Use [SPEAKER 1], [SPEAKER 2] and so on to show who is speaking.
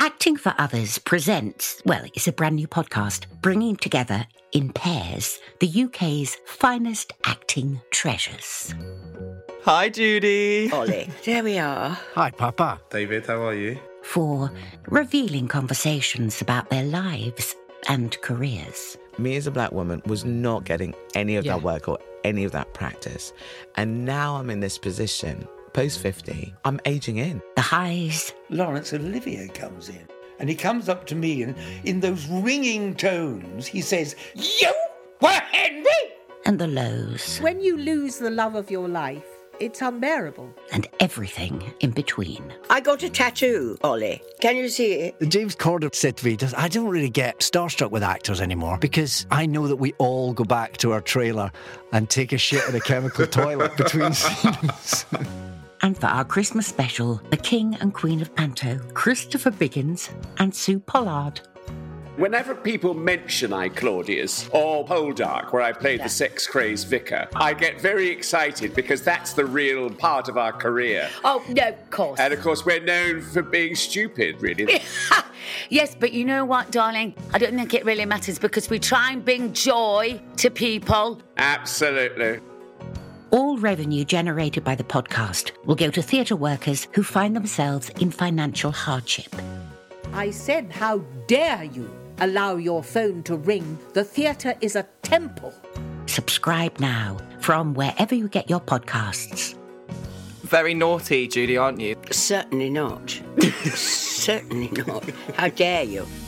[SPEAKER 1] Acting for Others presents, well, it's a brand new podcast bringing together in pairs the UK's finest acting treasures.
[SPEAKER 2] Hi, Judy.
[SPEAKER 3] Ollie. there we are.
[SPEAKER 4] Hi, Papa.
[SPEAKER 5] David, how are you?
[SPEAKER 1] For revealing conversations about their lives and careers.
[SPEAKER 2] Me as a black woman was not getting any of that work or any of that practice. And now I'm in this position, post 50, I'm aging in.
[SPEAKER 1] The highs,
[SPEAKER 6] Laurence Olivier comes in. And he comes up to me and in those ringing tones, he says, You were Henry?
[SPEAKER 1] and the lows,
[SPEAKER 7] When you lose the love of your life, it's unbearable.
[SPEAKER 1] and everything in between.
[SPEAKER 3] I got a tattoo, Ollie. Can you see it?
[SPEAKER 4] James Corden said to me, "Does- I don't really get starstruck with actors anymore because I know that we all go back to our trailer and take a shit in a chemical toilet between scenes.
[SPEAKER 1] And for our Christmas special, the King and Queen of Panto, Christopher Biggins and Sue Pollard.
[SPEAKER 8] Whenever people mention I Claudius or Poldark, where I played the sex crazed vicar, I get very excited because that's the real part of our career.
[SPEAKER 9] Oh, no, of course.
[SPEAKER 8] And of course, we're known for being stupid, really.
[SPEAKER 9] yes, but you know what, darling? I don't think it really matters because we try and bring joy to people.
[SPEAKER 8] Absolutely.
[SPEAKER 1] All revenue generated by the podcast will go to theatre workers who find themselves in financial hardship.
[SPEAKER 7] I said, How dare you allow your phone to ring? The theatre is a temple.
[SPEAKER 1] Subscribe now from wherever you get your podcasts.
[SPEAKER 2] Very naughty, Judy, aren't you?
[SPEAKER 3] Certainly not. Certainly not. How dare you?